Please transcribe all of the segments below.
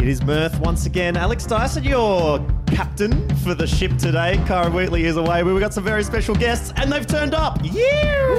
is Mirth once again. Alex Dyson, your captain for the ship today. Cara Wheatley is away. We've got some very special guests, and they've turned up. Yeah!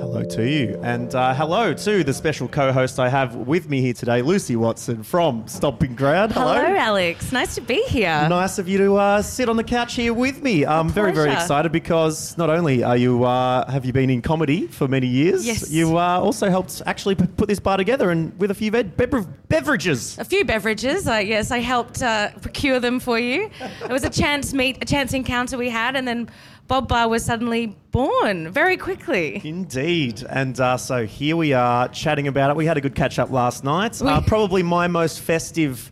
Hello to you, and uh, hello to the special co-host I have with me here today, Lucy Watson from Stomping Ground. Hello, Alex. Nice to be here. Nice of you to uh, sit on the couch here with me. I'm very, very pleasure. excited because not only are you uh, have you been in comedy for many years, Yes. you uh, also helped actually p- put this bar together and with a few be- bever- beverages. A few beverages, uh, yes, I helped uh, procure them for you. It was a chance meet, a chance encounter we had, and then Bob Bar was suddenly born very quickly. Indeed, and uh, so here we are chatting about it. We had a good catch up last night. Uh, We- probably my most festive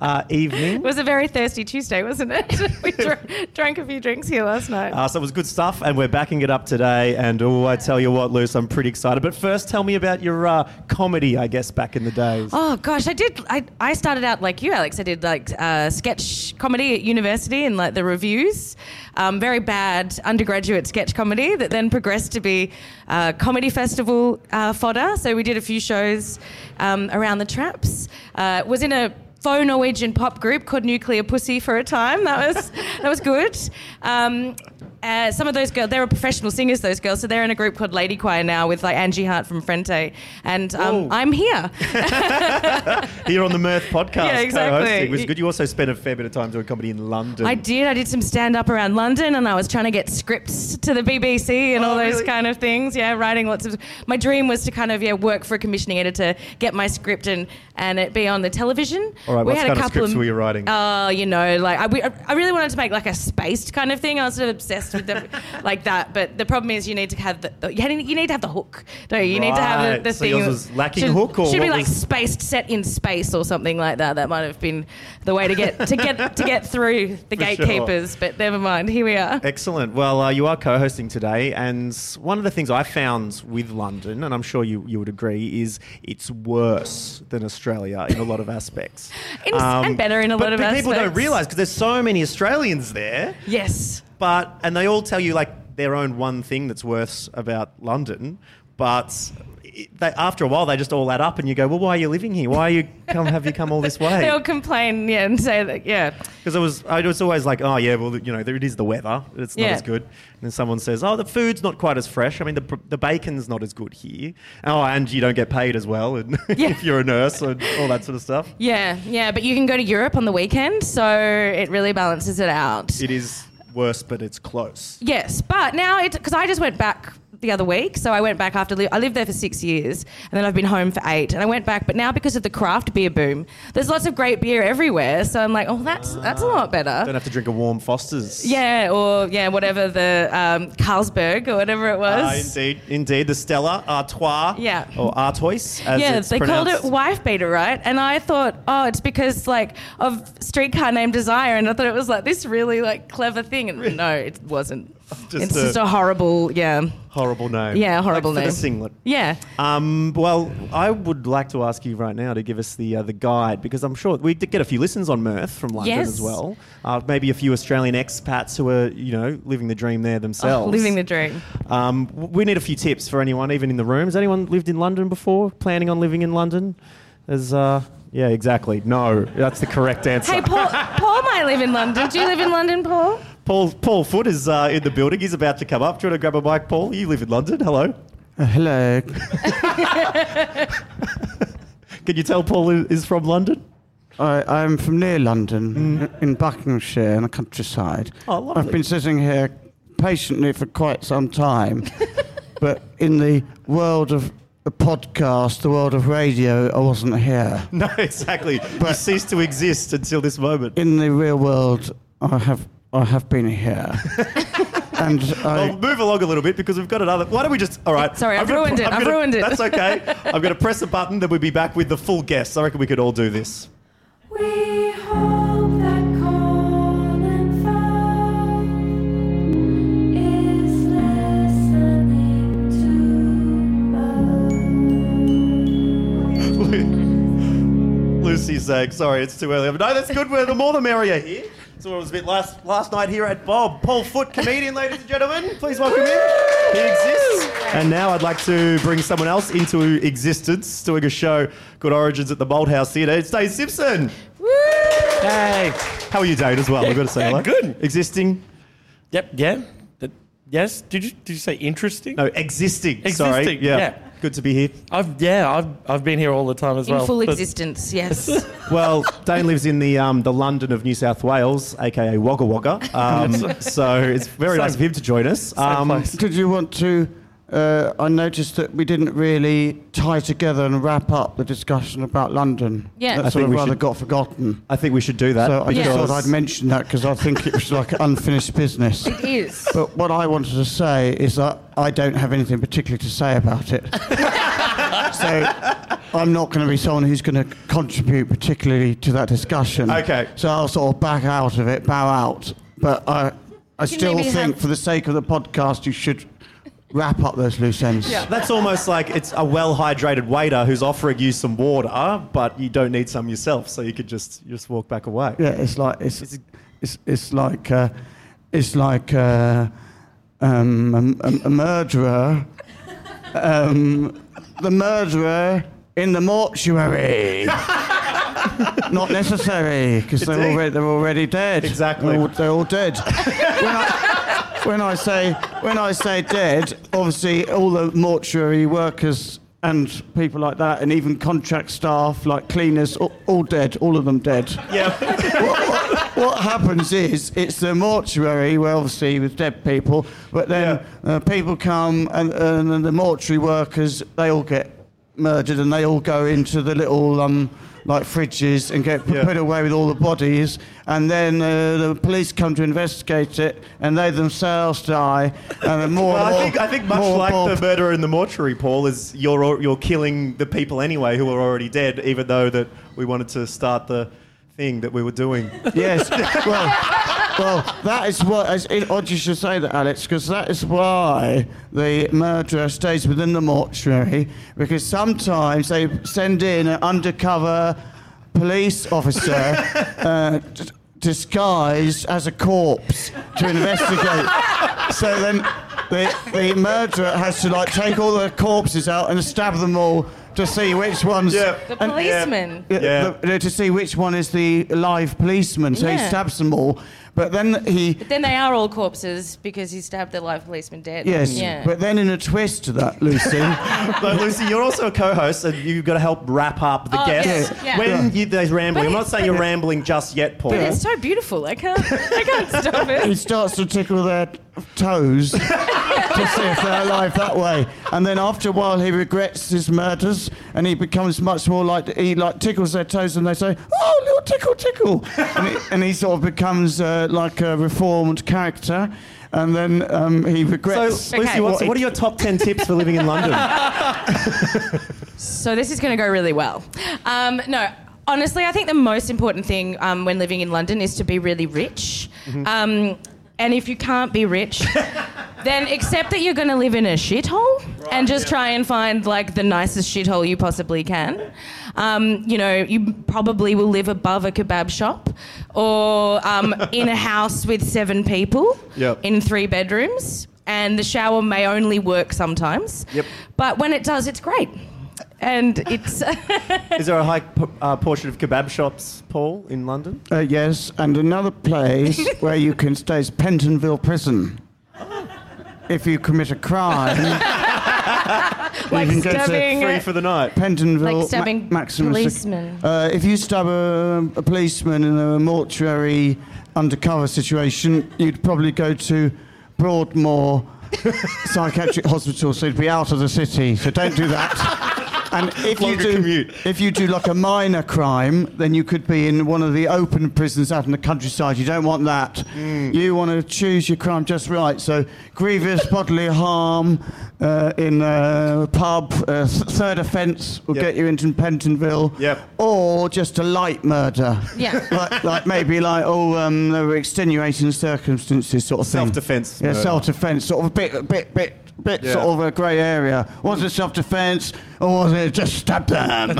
uh, evening. It was a very thirsty Tuesday, wasn't it? we dr- drank a few drinks here last night. Uh, so it was good stuff, and we're backing it up today. And oh, I tell you what, Luce, I'm pretty excited. But first, tell me about your uh, comedy, I guess, back in the days. Oh gosh, I did. I, I started out like you, Alex. I did like uh, sketch comedy at university and like the reviews, um, very bad undergraduate sketch comedy that then progressed to be uh, comedy festival uh, fodder. So we did a few shows um, around the traps. Uh, was in a faux Norwegian pop group called Nuclear Pussy for a time. That was that was good. Um, uh, some of those girls, they were professional singers. Those girls, so they're in a group called Lady Choir now with like Angie Hart from Frente, and Whoa. um, I'm here. Here on the Mirth podcast, Yeah, exactly. co-hosting. It was good. You also spent a fair bit of time doing comedy in London. I did. I did some stand up around London, and I was trying to get scripts to the BBC and Oh, all those really? kind of things. Yeah, writing lots of. My dream was to kind of yeah work for a commissioning editor, get my script and and it be on the television. All right, we what had kind a of couple scripts were you writing? Oh, you know, like I, we- I really wanted to make like a spaced kind of thing. I was sort of obsessed with the, like that. But the problem is, you need to have the the- you need, you need to have the hook. No, you need to have Right. the, the So thing. yours was lacking should, hook or should be what like was- spaced, set in space or something like that. That might have been the way to get to get to get through the For sure. gatekeepers. But never mind. Here we are. Excellent. Well, uh, you are co-hosting today, and one of the things I found with London, and I'm sure you, you would agree, is it's worse than Australia in a lot of aspects. Um, In- and better in a but lot of pe- People don't aspects. realise because there's so many Australians there, Yes. but and they all tell you like their own one thing that's worse about London, but. It, they, after a while, they just all add up, and you go, "Well, why are you living here? Why are you come? Have you come all this way?" They'll complain, yeah, and say that, yeah. Because I was, I was always like, oh yeah, well, you know, there, it is the weather. It's not Yeah. as good. And then someone says, oh, the food's not quite as fresh. I mean, the, pr- the bacon's not as good here. Oh, and you don't get paid as well, and Yeah. if you're a nurse and all that sort of stuff. Yeah, yeah, but you can go to Europe on the weekend, so it really balances it out. It is worse, but it's close. Yes, but now it because I just went back the other week, so I went back after li- I lived there for six years, and then I've been home for eight, and I went back, but now because of the craft beer boom, there's lots of great beer everywhere, so I'm like, oh, that's that's a Don't lot better. have to drink a warm Foster's. Yeah, or yeah, whatever the um, Carlsberg or whatever it Ah, was. indeed, indeed. The Stella Artois, Yeah. or Artois, as yeah, it's they called it pronounced. wife beater, right? And I thought, oh, it's because like of streetcar named Desire, and I thought it was like this really like clever thing, and no, it wasn't. Just it's a- just a horrible, yeah, horrible name. Yeah, horrible Like for name. the singlet. yeah. Um, well, I would like to ask you right now to give us the uh, the guide because I'm sure we did get a few listens on Mirth from London Yes. as well. Uh, maybe a few Australian expats who are you know living the dream there themselves. Oh, living the dream. Um, w- we need a few tips for anyone, even in the room. Has anyone lived in London before? Planning on living in London? As uh, yeah, exactly. No, that's the correct answer. Hey, Paul, Paul might live in London. Do you live in London, Paul? Paul Paul Foot is uh, in the building. He's about to come up. Do you want to grab a mic, Paul? You live in London. Hello. Uh, hello. Can you tell Paul i- is from London? I, I'm from near London, in Buckinghamshire, in the countryside. Mm. Oh, lovely. I've been sitting here patiently for quite some time, but in the world of a podcast, the world of radio, I wasn't here. No, exactly. you But- cease to exist until this moment. In the real world, I have I have been here, and I. I'll move along a little bit because we've got another. Why don't we just? All right. Sorry, I'm I've gonna ruined it. I'm I've gonna- ruined it. That's okay. I'm going to press a button. Then we'll be back with the full guests. I reckon we could all do this. We hope that Colin Farrell is listening to us. Lucy's saying, "Sorry, it's too early." But no, that's good. We're the more the merrier here. So it was a bit last last night here at Bob. Paul Foot, comedian, ladies and gentlemen. Please welcome him. He exists. And now I'd like to bring someone else into existence, doing a show called Origins at the Boldhouse Theatre. It's Dave Simpson. Woo! Hey. How are you, Dave, as well? We've got to say hello. Yeah, good. Existing? Yep. Yeah. That- yes. Did you did you say interesting? No, existing. Sorry. Existing, yeah. Good to be here. I've yeah. I've I've been here all the time as In well. full But- existence, yes. Well, Dane lives in the um, the London of New South Wales, aka Wagga Wagga. Um, so it's very Same- nice of him to join us. Um, place. Did you want to? Uh, I noticed that we didn't really tie together and wrap up the discussion about London. Yeah. I that sort think of we rather should- got forgotten. I think we should do that. So I just Because- thought I'd mention that because I think it was like unfinished business. it is. But what I wanted to say is that I don't have anything particular to say about it. so I'm not going to be someone who's going to contribute particularly to that discussion. Okay. So I'll sort of back out of it, bow out. But I, can I still maybe think, have- for the sake of the podcast, you should wrap up those loose ends. That's almost like it's a well-hydrated waiter who's offering you some water, but you don't need some yourself, so you could just you just walk back away. Yeah, it's like it's it's it's like uh, it's like uh, um, a, a murderer. Um, the murderer in the mortuary. Not necessary because they're Indeed. already they're already dead. Exactly. They're all, they're all dead. when, I, when I say when I say dead, obviously all the mortuary workers and people like that, and even contract staff like cleaners, all, all dead, all of them dead Yeah. what, what- what happens is it's the mortuary where obviously with dead people, but then uh, people come and, and then the mortuary workers they all get murdered and they all go into the little um, like fridges and get p- Yeah. put away with all the bodies, and then uh, the police come to investigate it and they themselves die, and then more. Well, and I more- think I think much more like Bob- the murderer in the mortuary, Paul, is you're al- you're killing the people anyway who are already dead, even though that we wanted to start the thing that we were doing. Yes. Well, well, that is what. It's it- odd you should say that, Alex, because that is why the murderer stays within the mortuary. Because sometimes they send in an undercover police officer uh, d- disguised as a corpse to investigate. so then the, the murderer has to like take all the corpses out and stab them all to see which ones. Yeah. The and- policeman. yeah, Yeah. the- to see which one is the live policeman. So he Yeah. stabs them all, but then he. Then they are all corpses because he stabbed the live policeman dead. Yes, Yeah. but then in a twist to that, Lucy, But Lucy, you're also a co-host, and you've got to help wrap up the Oh, guests. yes, yeah. When you, they're rambling, But I'm not it's- saying you're rambling just yet, Paul. They're so beautiful. I can't. I can't stop he it. starts to tickle their toes to see if they're alive that way. And then after a while, he regrets his murders, and he becomes much more like he like tickles their toes, and they say, "Oh, little tickle, tickle," and he, and he sort of becomes uh, like a reformed character. And then um, he regrets. So, Lucy, what's, Okay. what are your top 10 tips for living in London? So this is going to go really well. Um, no. Honestly, I think the most important thing um, when living in London is to be really rich. Um, and if you can't be rich, then accept that you're going to live in a shithole and just try and find like the nicest shithole you possibly can. Um, you know, you probably will live above a kebab shop or um, in a house with seven people Yep. in three bedrooms, and the shower may only work sometimes. Yep. But when it does, it's great. And it's uh, Is there a high p- uh, portion of kebab shops, Paul, in London? Uh, yes, and another place where you can stay is Pentonville Prison. If you commit a crime, like uh, can go to stabbing. Free for the night. Pentonville Like stabbing maximum sec- policemen. uh, if you stab a, a policeman in a mortuary undercover situation, you'd probably go to Broadmoor Psychiatric Hospital, so you'd be out of the city. So don't do that. And if you Longer do, commute. if you do like a minor crime, then you could be in one of the open prisons out in the countryside. You don't want that. Mm. You want to choose your crime just right. So grievous bodily harm uh, in a pub, uh, th- third offence will Yep. get you into Pentonville. Yep. Or just a light murder. Yeah. like, like maybe like oh um, there were extenuating circumstances sort of thing. Self-defence Yeah, murder. self-defense. Sort of a bit, a bit, bit. Bit Yeah. sort of a grey area. Was it self-defence or was it just stab them?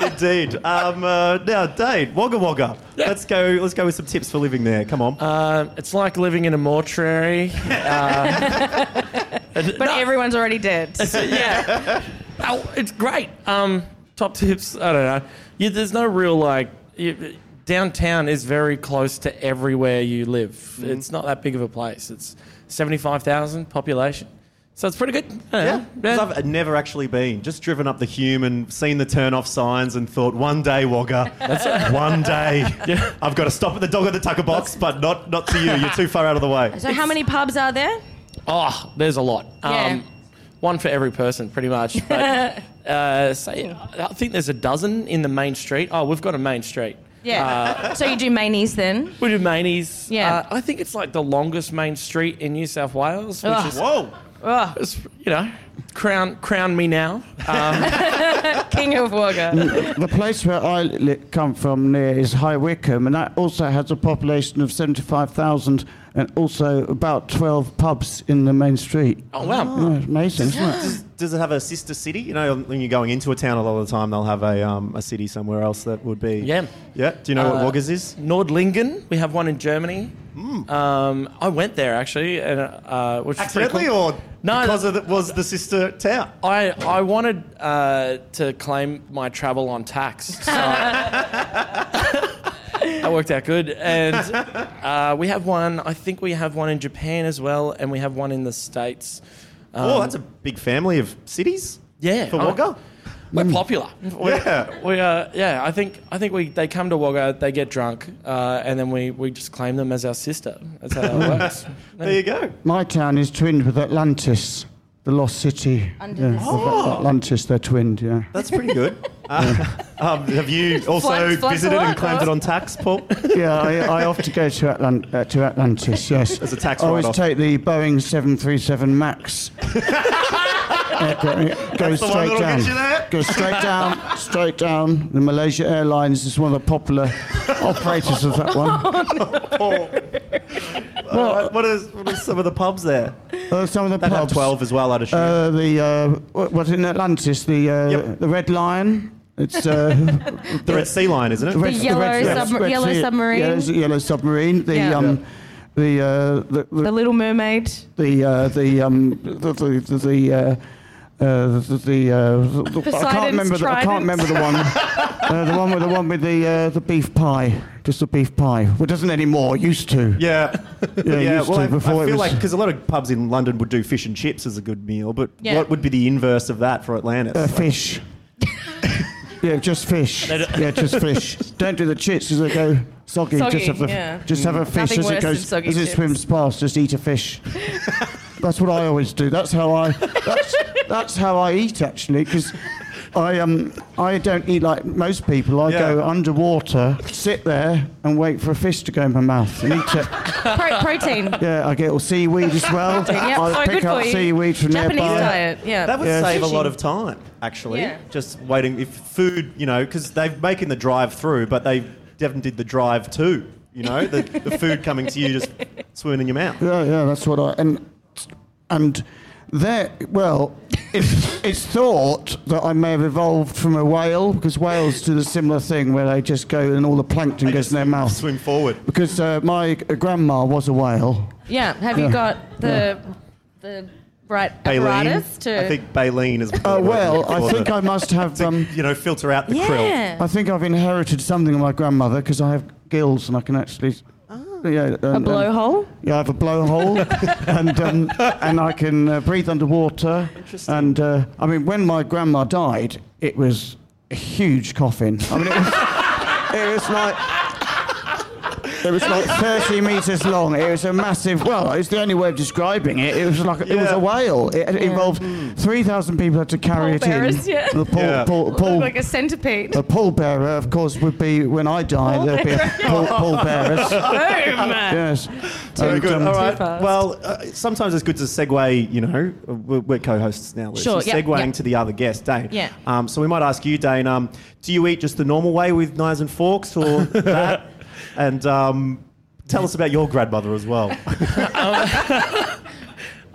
indeed. Um, uh, now, Dade, Wagga Wagga. Let's go. Let's go with some tips for living there. Come on. Um, it's like living in a mortuary. Uh, But everyone's already dead. So, yeah. Oh, it's great. Um, top tips. I don't know. You, there's no real like. You, downtown is very close to everywhere you live. Mm-hmm. It's not that big of a place. It's seventy-five thousand population, so it's pretty good. I Yeah, don't know. 'Cause I've never actually been. Just driven up the Hume and seen the turn-off signs and thought, one day, Wagga, one day, I've got to stop at the dog at the tucker box, but not not to you. You're too far out of the way. So how many pubs are there? Oh, there's a lot. Um, Yeah. one for every person, pretty much. But uh, say, I think there's a dozen in the main street. Oh, we've got a main street. Yeah. Uh, so you do mainies then? We do Manies. Yeah. Uh, I think it's like the longest main street in New South Wales, which Ugh. is Whoa. Oh, It's, you know, crown crown me now. Uh, King of Wagga. the place where I li- come from near is High Wycombe, and that also has a population of 75,000 and also about 12 pubs in the main street. Oh wow! Oh, amazing, isn't it? Does it have a sister city? You know, when you're going into a town, a lot of the time they'll have a, um, a city somewhere else that would be. Yeah. Yeah. Do you know what Uh, Wagga's is? Nordlingen, we have one in Germany. Um, I went there actually, and uh, which was pretty Accidentally cool. or No, because no. of it was the sister town? I I wanted uh, to claim my travel on tax, so that worked out good. And uh, we have one. I think we have one in Japan as well, and we have one in the states. Um, oh, that's a big family of cities Yeah, for I- Wagga. We're popular. We, Yeah. we uh, yeah. I think I think we they come to Wagga, they get drunk, uh, and then we, we just claim them as our sister. That's how that works. There you go. My town is twinned with Atlantis, the lost city. Under the yeah, sea. of Atlantis, they're twinned, yeah. That's pretty good. Uh, um, have you also Flunks- flunks visited a lot, and claimed it huh? on tax, Paul? yeah, I, I often go to, Atlant- uh, to Atlantis, yes. As a tax I always write-off. take the Boeing 737 MAX. Aircraft. It goes the one that'll straight get down. you there. Goes straight down, straight down. The Malaysia Airlines is one of the popular operators of that one. Paul. Uh, what, is, what are some of the pubs there? Uh, some of the That have pubs. 12 as well, I'd assume. Uh, the uh, what what in Atlantis? The uh, Yep. the Red Lion. It's uh, the Red Sea Line, isn't it? The yellow submar- yellow sea- submarine. Yeah, it's a yellow submarine. The Yeah. um, the, uh, the The the Little Mermaid. the uh, the um, the the. the, the uh, uh, the, the, uh, the, the- I Poseidon's can't remember. The, I can't trident. remember the one. uh, the one with the one with the uh, the beef pie. Just the beef pie. Well, doesn't anymore. Used to. Yeah. Yeah, used to I, before I it feel was- like because a lot of pubs in London would do fish and chips as a good meal, but Yeah. what would be the inverse of that for Atlantis? Uh, fish. yeah, just fish. Yeah, just fish. Don't do the chips because they go soggy. Soggy, just have the, yeah. Mm. just have a fish Nothing as it worse than goes soggy as it chips. swims past. Just eat a fish. that's what I always do. That's how I. That's, that's how I eat actually because. I um I don't eat like most people. I Yeah. go underwater, sit there, and wait for a fish to go in my mouth and eat it. Pro- protein. Yeah, I get all seaweed as well. Yeah, I so pick oh, good up for you. seaweed from Japanese nearby. diet. Yeah. That would Yeah. save a Sushi. lot of time, actually. Yeah. Just waiting if food, you know, because they're making the drive through, but they definitely did the drive too. You know, the, the food coming to you just swimming in your mouth. Yeah, yeah, that's what I and and there. Well, it's, it's thought that I may have evolved from a whale because whales do the similar thing where they just go and all the plankton goes in their mouth. Swim forward. Because uh, my grandma was a whale. Yeah. Have you Yeah. got the the right Baleen. apparatus to? I think baleen is. Uh, well, I think I must have. Um, you know, filter out the krill. yeah. I think I've inherited something of my grandmother because I have gills and I can actually. Yeah, and, Ah. A blowhole. Yeah, I have a blowhole, and um, and I can uh, breathe underwater. Interesting. And uh, I mean, when my grandma died, it was a huge coffin. I mean, it was, it was like. It was like 30 metres long. It was a massive, well, it's the only way of describing it. It was like, it was Yeah. a whale. It, it involved 3,000 people had to carry it Pallbearers, in. yeah. The pall, Yeah. pall- pall- Look like a centipede. a pallbearer, of course, would be when I die, there'd be a pall, pallbearers. Boom. yes. Very And, good. um, All right. fast. Well, uh, sometimes it's good to segue. You know, we're, we're co-hosts now. Liz. Sure, So yeah, segueing yeah. to the other guest, Dane. Yeah. Um, so we might ask you, Dane. Um, do you eat just the normal way with knives and forks, or that? And um, tell us about your grandmother as well. Yeah,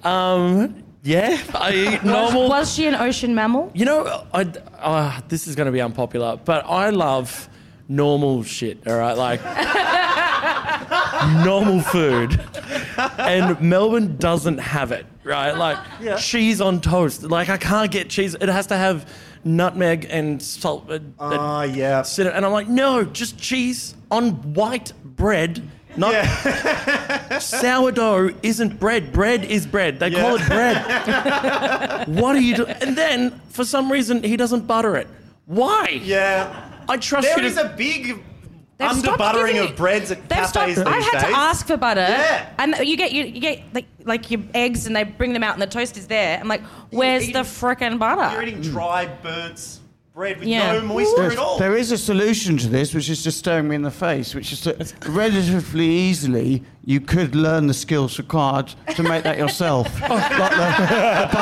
I eat normal. Was she an ocean mammal? You know, I uh, this is going to be unpopular, but I love normal shit. All right, like normal food, and Melbourne doesn't have it. Right, like cheese on toast. Like I can't get cheese. It has to have nutmeg and salt. uh, Ah, and yeah. cinnamon. And I'm like, no, just cheese on white bread. Not sourdough isn't bread. Bread is bread. They call it bread. What are you doing? And then, for some reason, he doesn't butter it. Why? Yeah. I trust There you. is to- a big They've under stopped buttering giving of breads at They've cafes stopped. these I had days. to ask for butter. Yeah. And you get you, you get like like your eggs and they bring them out and the toast is there. I'm like, where's the eating- frickin' You're butter? eating dry, burnt bread with Yeah. no moisture at all. There is a solution to this, which is just staring me in the face, which is that relatively easily you could learn the skills required to make that yourself. Oh, like the, the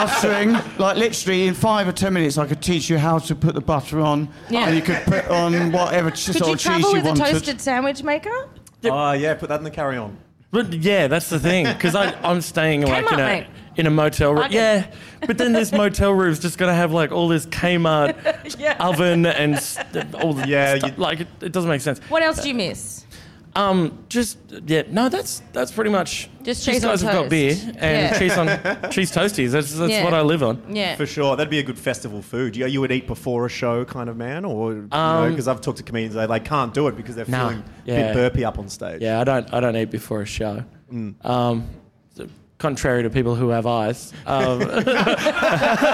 buttering, like literally in five or ten minutes, I could teach you how to put the butter on, Yeah. and you could put on whatever ch- Could sort you of cheese travel you with a wanted. toasted sandwich maker? Ah, yeah, put that in the carry on. but yeah, that's the thing. Because I'm staying like Kmart, in a mate. in a motel room. Okay. Yeah, but then this motel room's just gonna have like all this Kmart Yeah. oven and st- all the Yeah, stuff. you- like it, it doesn't make sense. What else do you miss? Um, just yeah, no, that's that's pretty much. Just These cheese on guys have got toast. beer and Yeah. cheese on cheese toasties. That's that's Yeah. what I live on. Yeah. For sure, that'd be a good festival food. You, you would eat before a show, kind of man, or because Um, I've talked to comedians, they like can't do it because they're Nah, feeling yeah. a bit burpy up on stage. Yeah, I don't. I don't eat before a show. Um, so- contrary to people who have eyes. Um,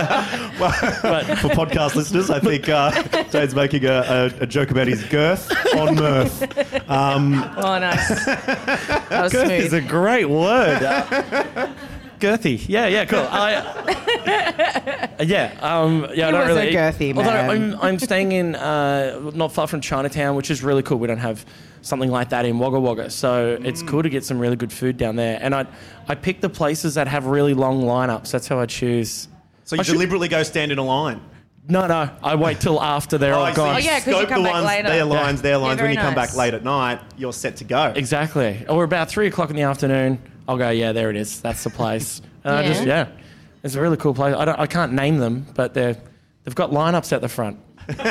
For podcast listeners, I think uh, Jade's making a, a, a joke about his girth on mirth. Oh, nice. That was girth is smooth. a great word. Uh, girthy. Yeah, yeah, cool. I, yeah, um, yeah. I He don't was a really. eat- girthy although man. I'm, I'm staying in uh, not far from Chinatown, which is really cool. We don't have something like that in Wagga Wagga, so it's Mm. cool to get some really good food down there. And I, I pick the places that have really long lineups. That's how I choose. So you I should- deliberately go stand in a line. No, no, I wait till after they're all I see. gone. Oh, yeah, 'cause you Scope come the back ones, later. their lines, their lines. when very you come nice. back late at night, you're set to go. Exactly. Or about three o'clock in the afternoon, I'll go, yeah, there it is. That's the place. And I Yeah. just, yeah. It's a really cool place. I, don't, I can't name them, but they're, they've got lineups at the front. Mel-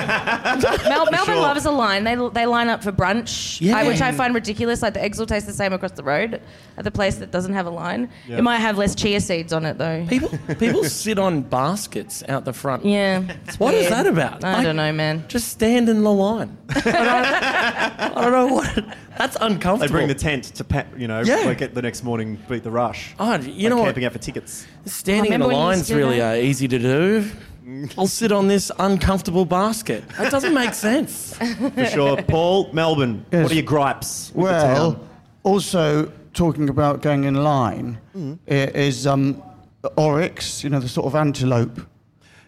Melbourne sure. loves a line. They, they line up for brunch, Yeah. uh, which I find ridiculous. Like the eggs will taste the same across the road at the place that doesn't have a line. It might have less chia seeds on it though. People, people sit on baskets out the front. Yeah. it's What is weird. that about? I don't know, man. Just stand in the line. I don't, I don't know what. That's uncomfortable. They bring the tent to, pa- you know, Yeah. like at the next morning, beat the rush. Oh, you Like know what? camping out for tickets. Standing in a Remember when you line's used to do really uh, that? easy to do. Mm. I'll sit on this uncomfortable basket. That doesn't make sense. For sure. Paul, Melbourne, Yes. what are your gripes? with the Well, town? also talking about going in line Mm. i- is um, the oryx, you know, the sort of antelope.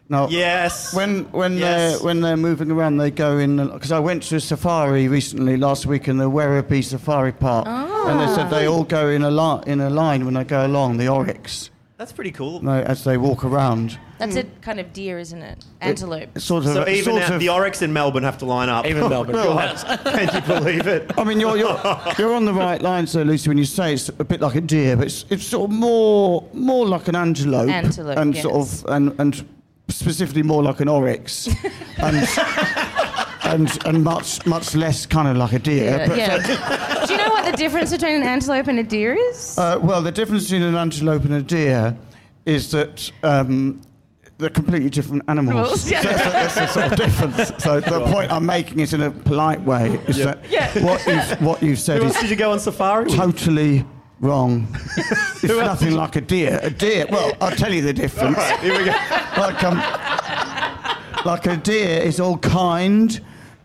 Now, yes. When when Yes. they're when they're moving around, they go in because I went to a safari recently last week in the Werribee Safari Park, and they said they Ah. all go in a line in a line when they go along the oryx That's pretty cool. you know, as they walk around. That's a kind of deer, isn't it? Antelope. It's Sort of, So even sort at of- the Oryx in Melbourne have to line up. Even Melbourne. Can you believe it? I mean, you're, you're, you're on the right line, so Lucy, when you say it's a bit like a deer, but it's, it's sort of more more like an antelope. Antelope, And yes. sort of, and, and specifically more like an oryx. and, and, and much much less kind of like a deer. Yeah. but- yeah. Do you know what the difference between an antelope and a deer is? Uh, well, the difference between an antelope and a deer is that um, they're completely different animals. Animals, yeah. So that's, the- that's the sort of difference. So the point I'm making is in a polite way is that Yeah. what you've what you've said Who is else did you go on safari with? totally wrong. It's nothing like a deer. A deer. Well, I'll tell you the difference. Here we go. Like um, like a deer is all kind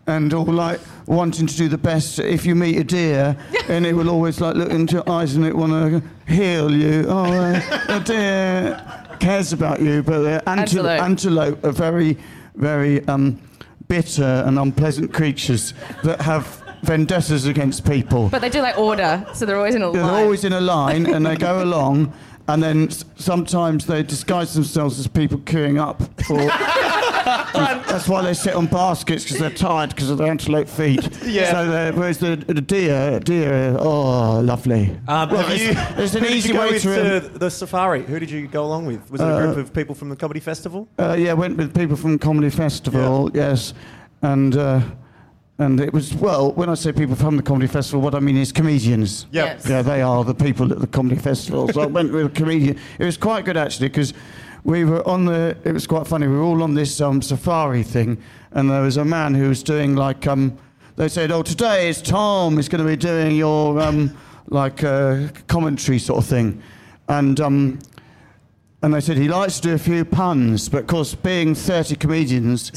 and all like wanting to do the best. If you meet a deer, and it will always like look into your eyes and it want to heal you. Oh, uh, a deer cares about you, but the antelope, Antelope. antelope are very, very um, bitter and unpleasant creatures that have vendettas against people. but they do like order, so they're always in a Yeah, line. they're always in a line and they go along, and then s- sometimes they disguise themselves as people queuing up for That's why they sit on baskets because they're tired because of their antelope feet. Yeah. So they're- whereas the, the deer, deer, oh, lovely. Um, have it's- you, it's an who did easy you go way with to- um, to the safari. Who did you go along with? Was it a group of people from the comedy festival? Uh, yeah, went with people from Comedy Festival, yes. And uh, and it was, well, when I say people from the Comedy Festival, what I mean is comedians. Yep. Yes. Yeah, they are the people at the Comedy Festival. So I went with a comedian. It was quite good, actually, because we were on the, it was quite funny, we were all on this um, safari thing, and there was a man who was doing like, um, they said, oh, today is Tom, is going to be doing your, um, like, uh, commentary sort of thing. And um, and they said he likes to do a few puns, but of course, being 30 comedians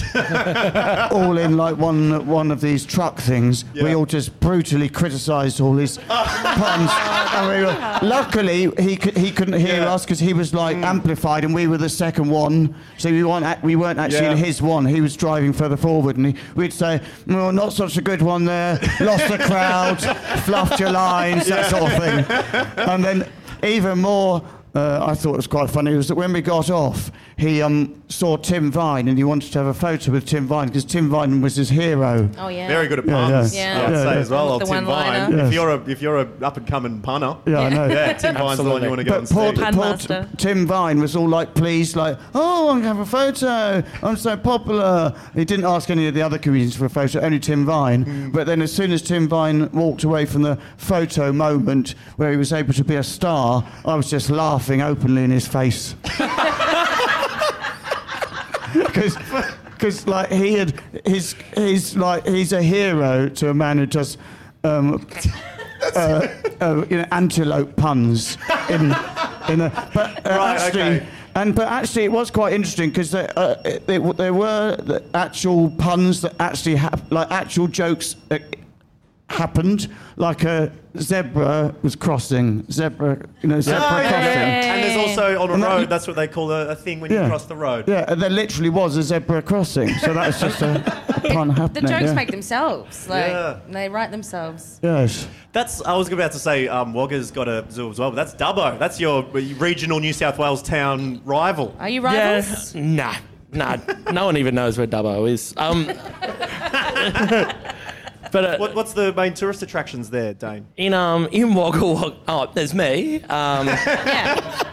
all in like one one of these truck things, we Yeah. all just brutally criticised all his puns. And we were, luckily, he could, he couldn't hear Yeah. Mm. us because he was like amplified, and we were the second one, so we weren't ac- we weren't actually in Yeah. his one. He was driving further forward, and he, we'd say, "Well, not such a good one there. Lost the crowd, fluffed your lines, that sort of thing." And then even more. Uh, I thought it was quite funny was that when we got off, he um, saw Tim Vine and he wanted to have a photo with Tim Vine because Tim Vine was his hero. Oh yeah. Very good at Yeah, puns. yeah. I'd say Yeah, yeah. as well. The Old Tim one-liner. Vine. Yes. If you're a if you're a up and coming punner, Yeah, I know. yeah, Tim Vine's the one you want to go But and poor, see. Pun poor master. T- Tim Vine was all like pleased, like, oh, I'm going to have a photo. I'm so popular. He didn't ask any of the other comedians for a photo, only Tim Vine. But then as soon as Tim Vine walked away from the photo moment where he was able to be a star, I was just laughing openly in his face. Because... Because like he had, he's he's like he's a hero to a man who does, um, uh, uh, you know, antelope puns in in a, but uh, Right, actually, okay. and but actually, it was quite interesting because there, uh, it- it- there were the actual puns that actually hap- like actual jokes that happened, like a zebra was crossing zebra, you know, zebra Oh, yeah, crossing. yeah. And there's also on a And that- road. That's what they call a, a thing when you cross the road. Yeah, and there literally was a zebra crossing, so that's just a pun The happening. jokes yeah. make themselves. Like Yeah. they write themselves. Yes. That's I was about to say um, Wagga's got a zoo as well, but that's Dubbo. That's your regional New South Wales town rival. Are you Yeah. rivals? Nah. Nah. no one even knows where Dubbo is. Um, but uh, What, what's the main tourist attractions there, Dane? in um in Wagga Wagga, oh, there's me. Um, Yeah.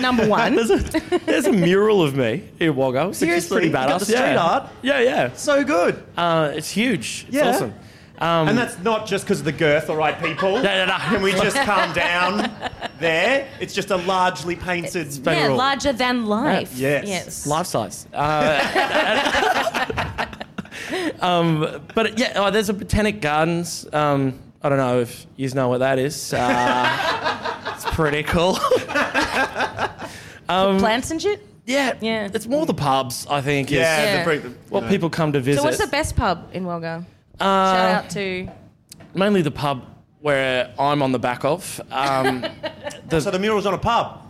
Number one. there's a there's a mural of me in Wagga, which is Seriously? pretty You got badass. the street yeah. art? Yeah, yeah. So good. Uh, it's huge. It's Yeah. awesome. Um, And that's not just because of the girth, all right, people. no, no, no. Can we just calm down there? It's just a largely painted yeah, mural. larger than life. Yes. Yes. life size. Uh, um, but yeah, oh, there's a botanic gardens. Um, I don't know if you know what that is. Uh, it's pretty cool. Plants and shit. yeah, Yeah. It's more the pubs, I think. is yeah, Yeah. The, pre- the- What no. people come to visit. So what's the best pub in Wagga? Uh, Shout out to mainly the pub where I'm on the back of. Um, the, So the mural's on a pub.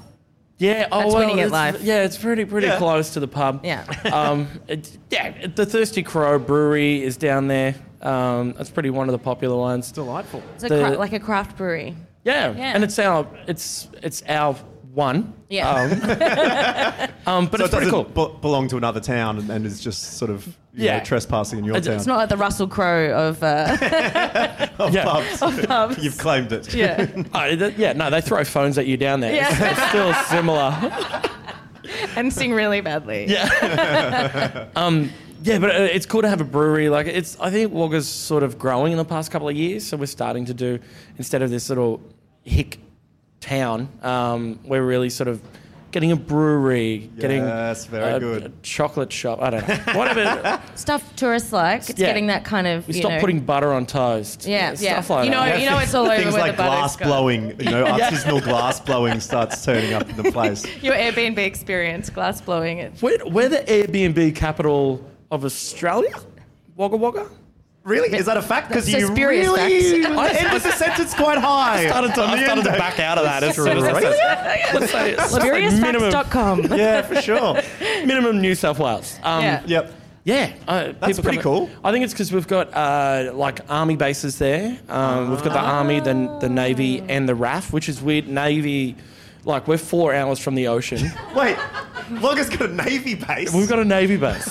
yeah, oh That's well, winning at it's- life. Yeah, it's pretty pretty Yeah. close to the pub. yeah. um, it, yeah, the Thirsty Crow Brewery is down there. Um, that's pretty one of the popular ones. Delightful. It's a The- cra- like a craft brewery. Yeah, Yeah. and it's our it's it's our one. Yeah. Um, but So it it's pretty doesn't cool. b- belong to another town and, and is just sort of you Yeah. know, trespassing in your It's- town. It's not like the Russell Crowe of uh, Of Yeah. pubs. pubs. You've claimed it. yeah. Oh, th- yeah, no, they throw phones at you down there. Yeah. It's, it's still similar. and sing really badly. Yeah. Yeah, but uh, it's cool to have a brewery. Like it's, I think Wagga's sort of growing in the past couple of years. So we're starting to do instead of this little hick town, um, we're really sort of getting a brewery, getting Yes, very a, good. a chocolate shop. I don't know, whatever. Stuff tourists like. It's Yeah. getting that kind of. We you stop know- putting butter on toast. Yeah, yeah. Stuff like You know, that. Oh, you know, it's all over Things where like the butter's glass gone. blowing, you know, artisanal glass blowing starts turning up in the place. Your Airbnb experience, glass blowing it. We're, we're the Airbnb capital of Australia. Wagga Wagga. Really? Is that a fact? Because That's a you spurious really fact. ended the sentence quite high. On the end there. out of that. It's Let's say, let's say minimum, Spuriousfacts.com. Yeah, for sure. minimum New South Wales. Um, Yeah. Yep. Yeah, uh, That's people pretty come- cool. I think it's because we've got uh, like army bases there. Um, We've got the Ah. army, the the navy, and the RAF, which is weird. Navy, like we're four hours from the ocean. Wait, Logger's got a navy base. We've got a navy base.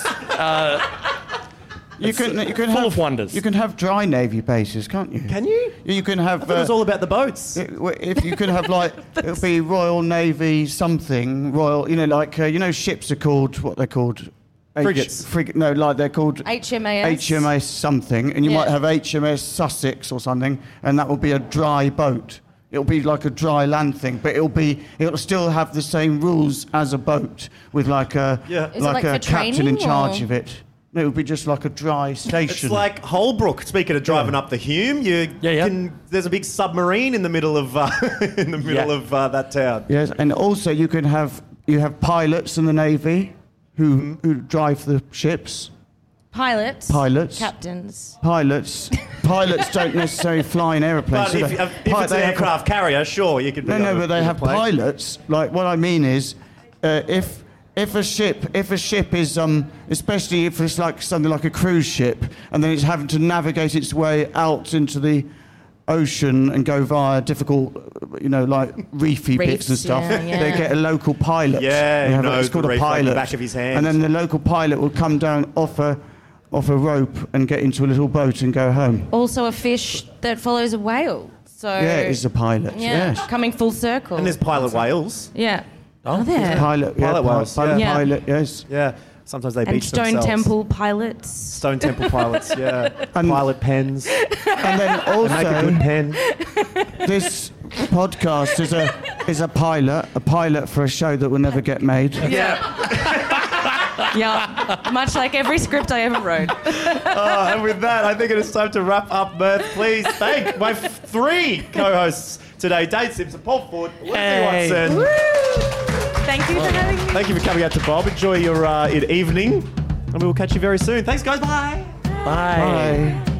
You can, you can full have, of wonders. You can have dry navy bases, can't you? Can you? You can I have. thought it was uh, all about the boats. It- w- if you could have like it'll be Royal Navy something Royal you know like uh, you know ships are called what they're called H- Frigates. frig- no like they're called HMAS. HMS something and you Yeah. might have HMS Sussex or something and that will be a dry boat it'll be like a dry land thing but it'll be it'll still have the same rules as a boat with like a Yeah. Is it like, like a for captain in training, charge or- of it no, it'll be just like a dry It's station like Holbrook. Speaking of driving up the Hume, you Yeah, yeah. can. There's a big submarine in the middle of uh, in the middle Yeah. of uh, that town. Yes, and also you can have you have pilots in the navy who Mm-hmm. who drive the ships. Pilots. Pilots. Captains. Pilots, pilots don't necessarily fly in airplanes. But do if, they? if, if Pi- it's they an have- aircraft carrier, sure, you could. be no, on no, a- but they in a have plane. pilots. Like what I mean is, uh, if if a ship if a ship is um especially if it's like something like a cruise ship and then it's having to navigate its way out into the ocean and go via difficult uh, you know like reefy bits Reefs, and stuff yeah, yeah. they get a local pilot Yeah, They have he a- knows it's called the a reef like the pilot back of his hand. and then the local pilot will come down off a off a rope and get into a little boat and go home Also a fish that follows a whale. So yeah it's a pilot yeah, yes coming full circle. And there's pilot whales. yeah. Oh, Are there? pilot yeah, Pilot pi- whales, pilot, yeah. pilot yes Yeah, sometimes they and beach Stone themselves. Temple pilots. Stone Temple pilots. Yeah, And- pilot pens. and then Make a good also pen. this podcast is a is a pilot a pilot for a show that will never get made Yeah. yeah. Much like every script I ever wrote. Uh, and with that, I think it is time to wrap up, Mirth. Please thank my f- three co-hosts today: Dave Simpson, Paul Ford, Lindsay Hey. Watson. Thank you for having me. Thank you for coming out to Bob. Enjoy your uh, evening, and we will catch you very soon. Thanks, guys. Bye. Bye. Bye.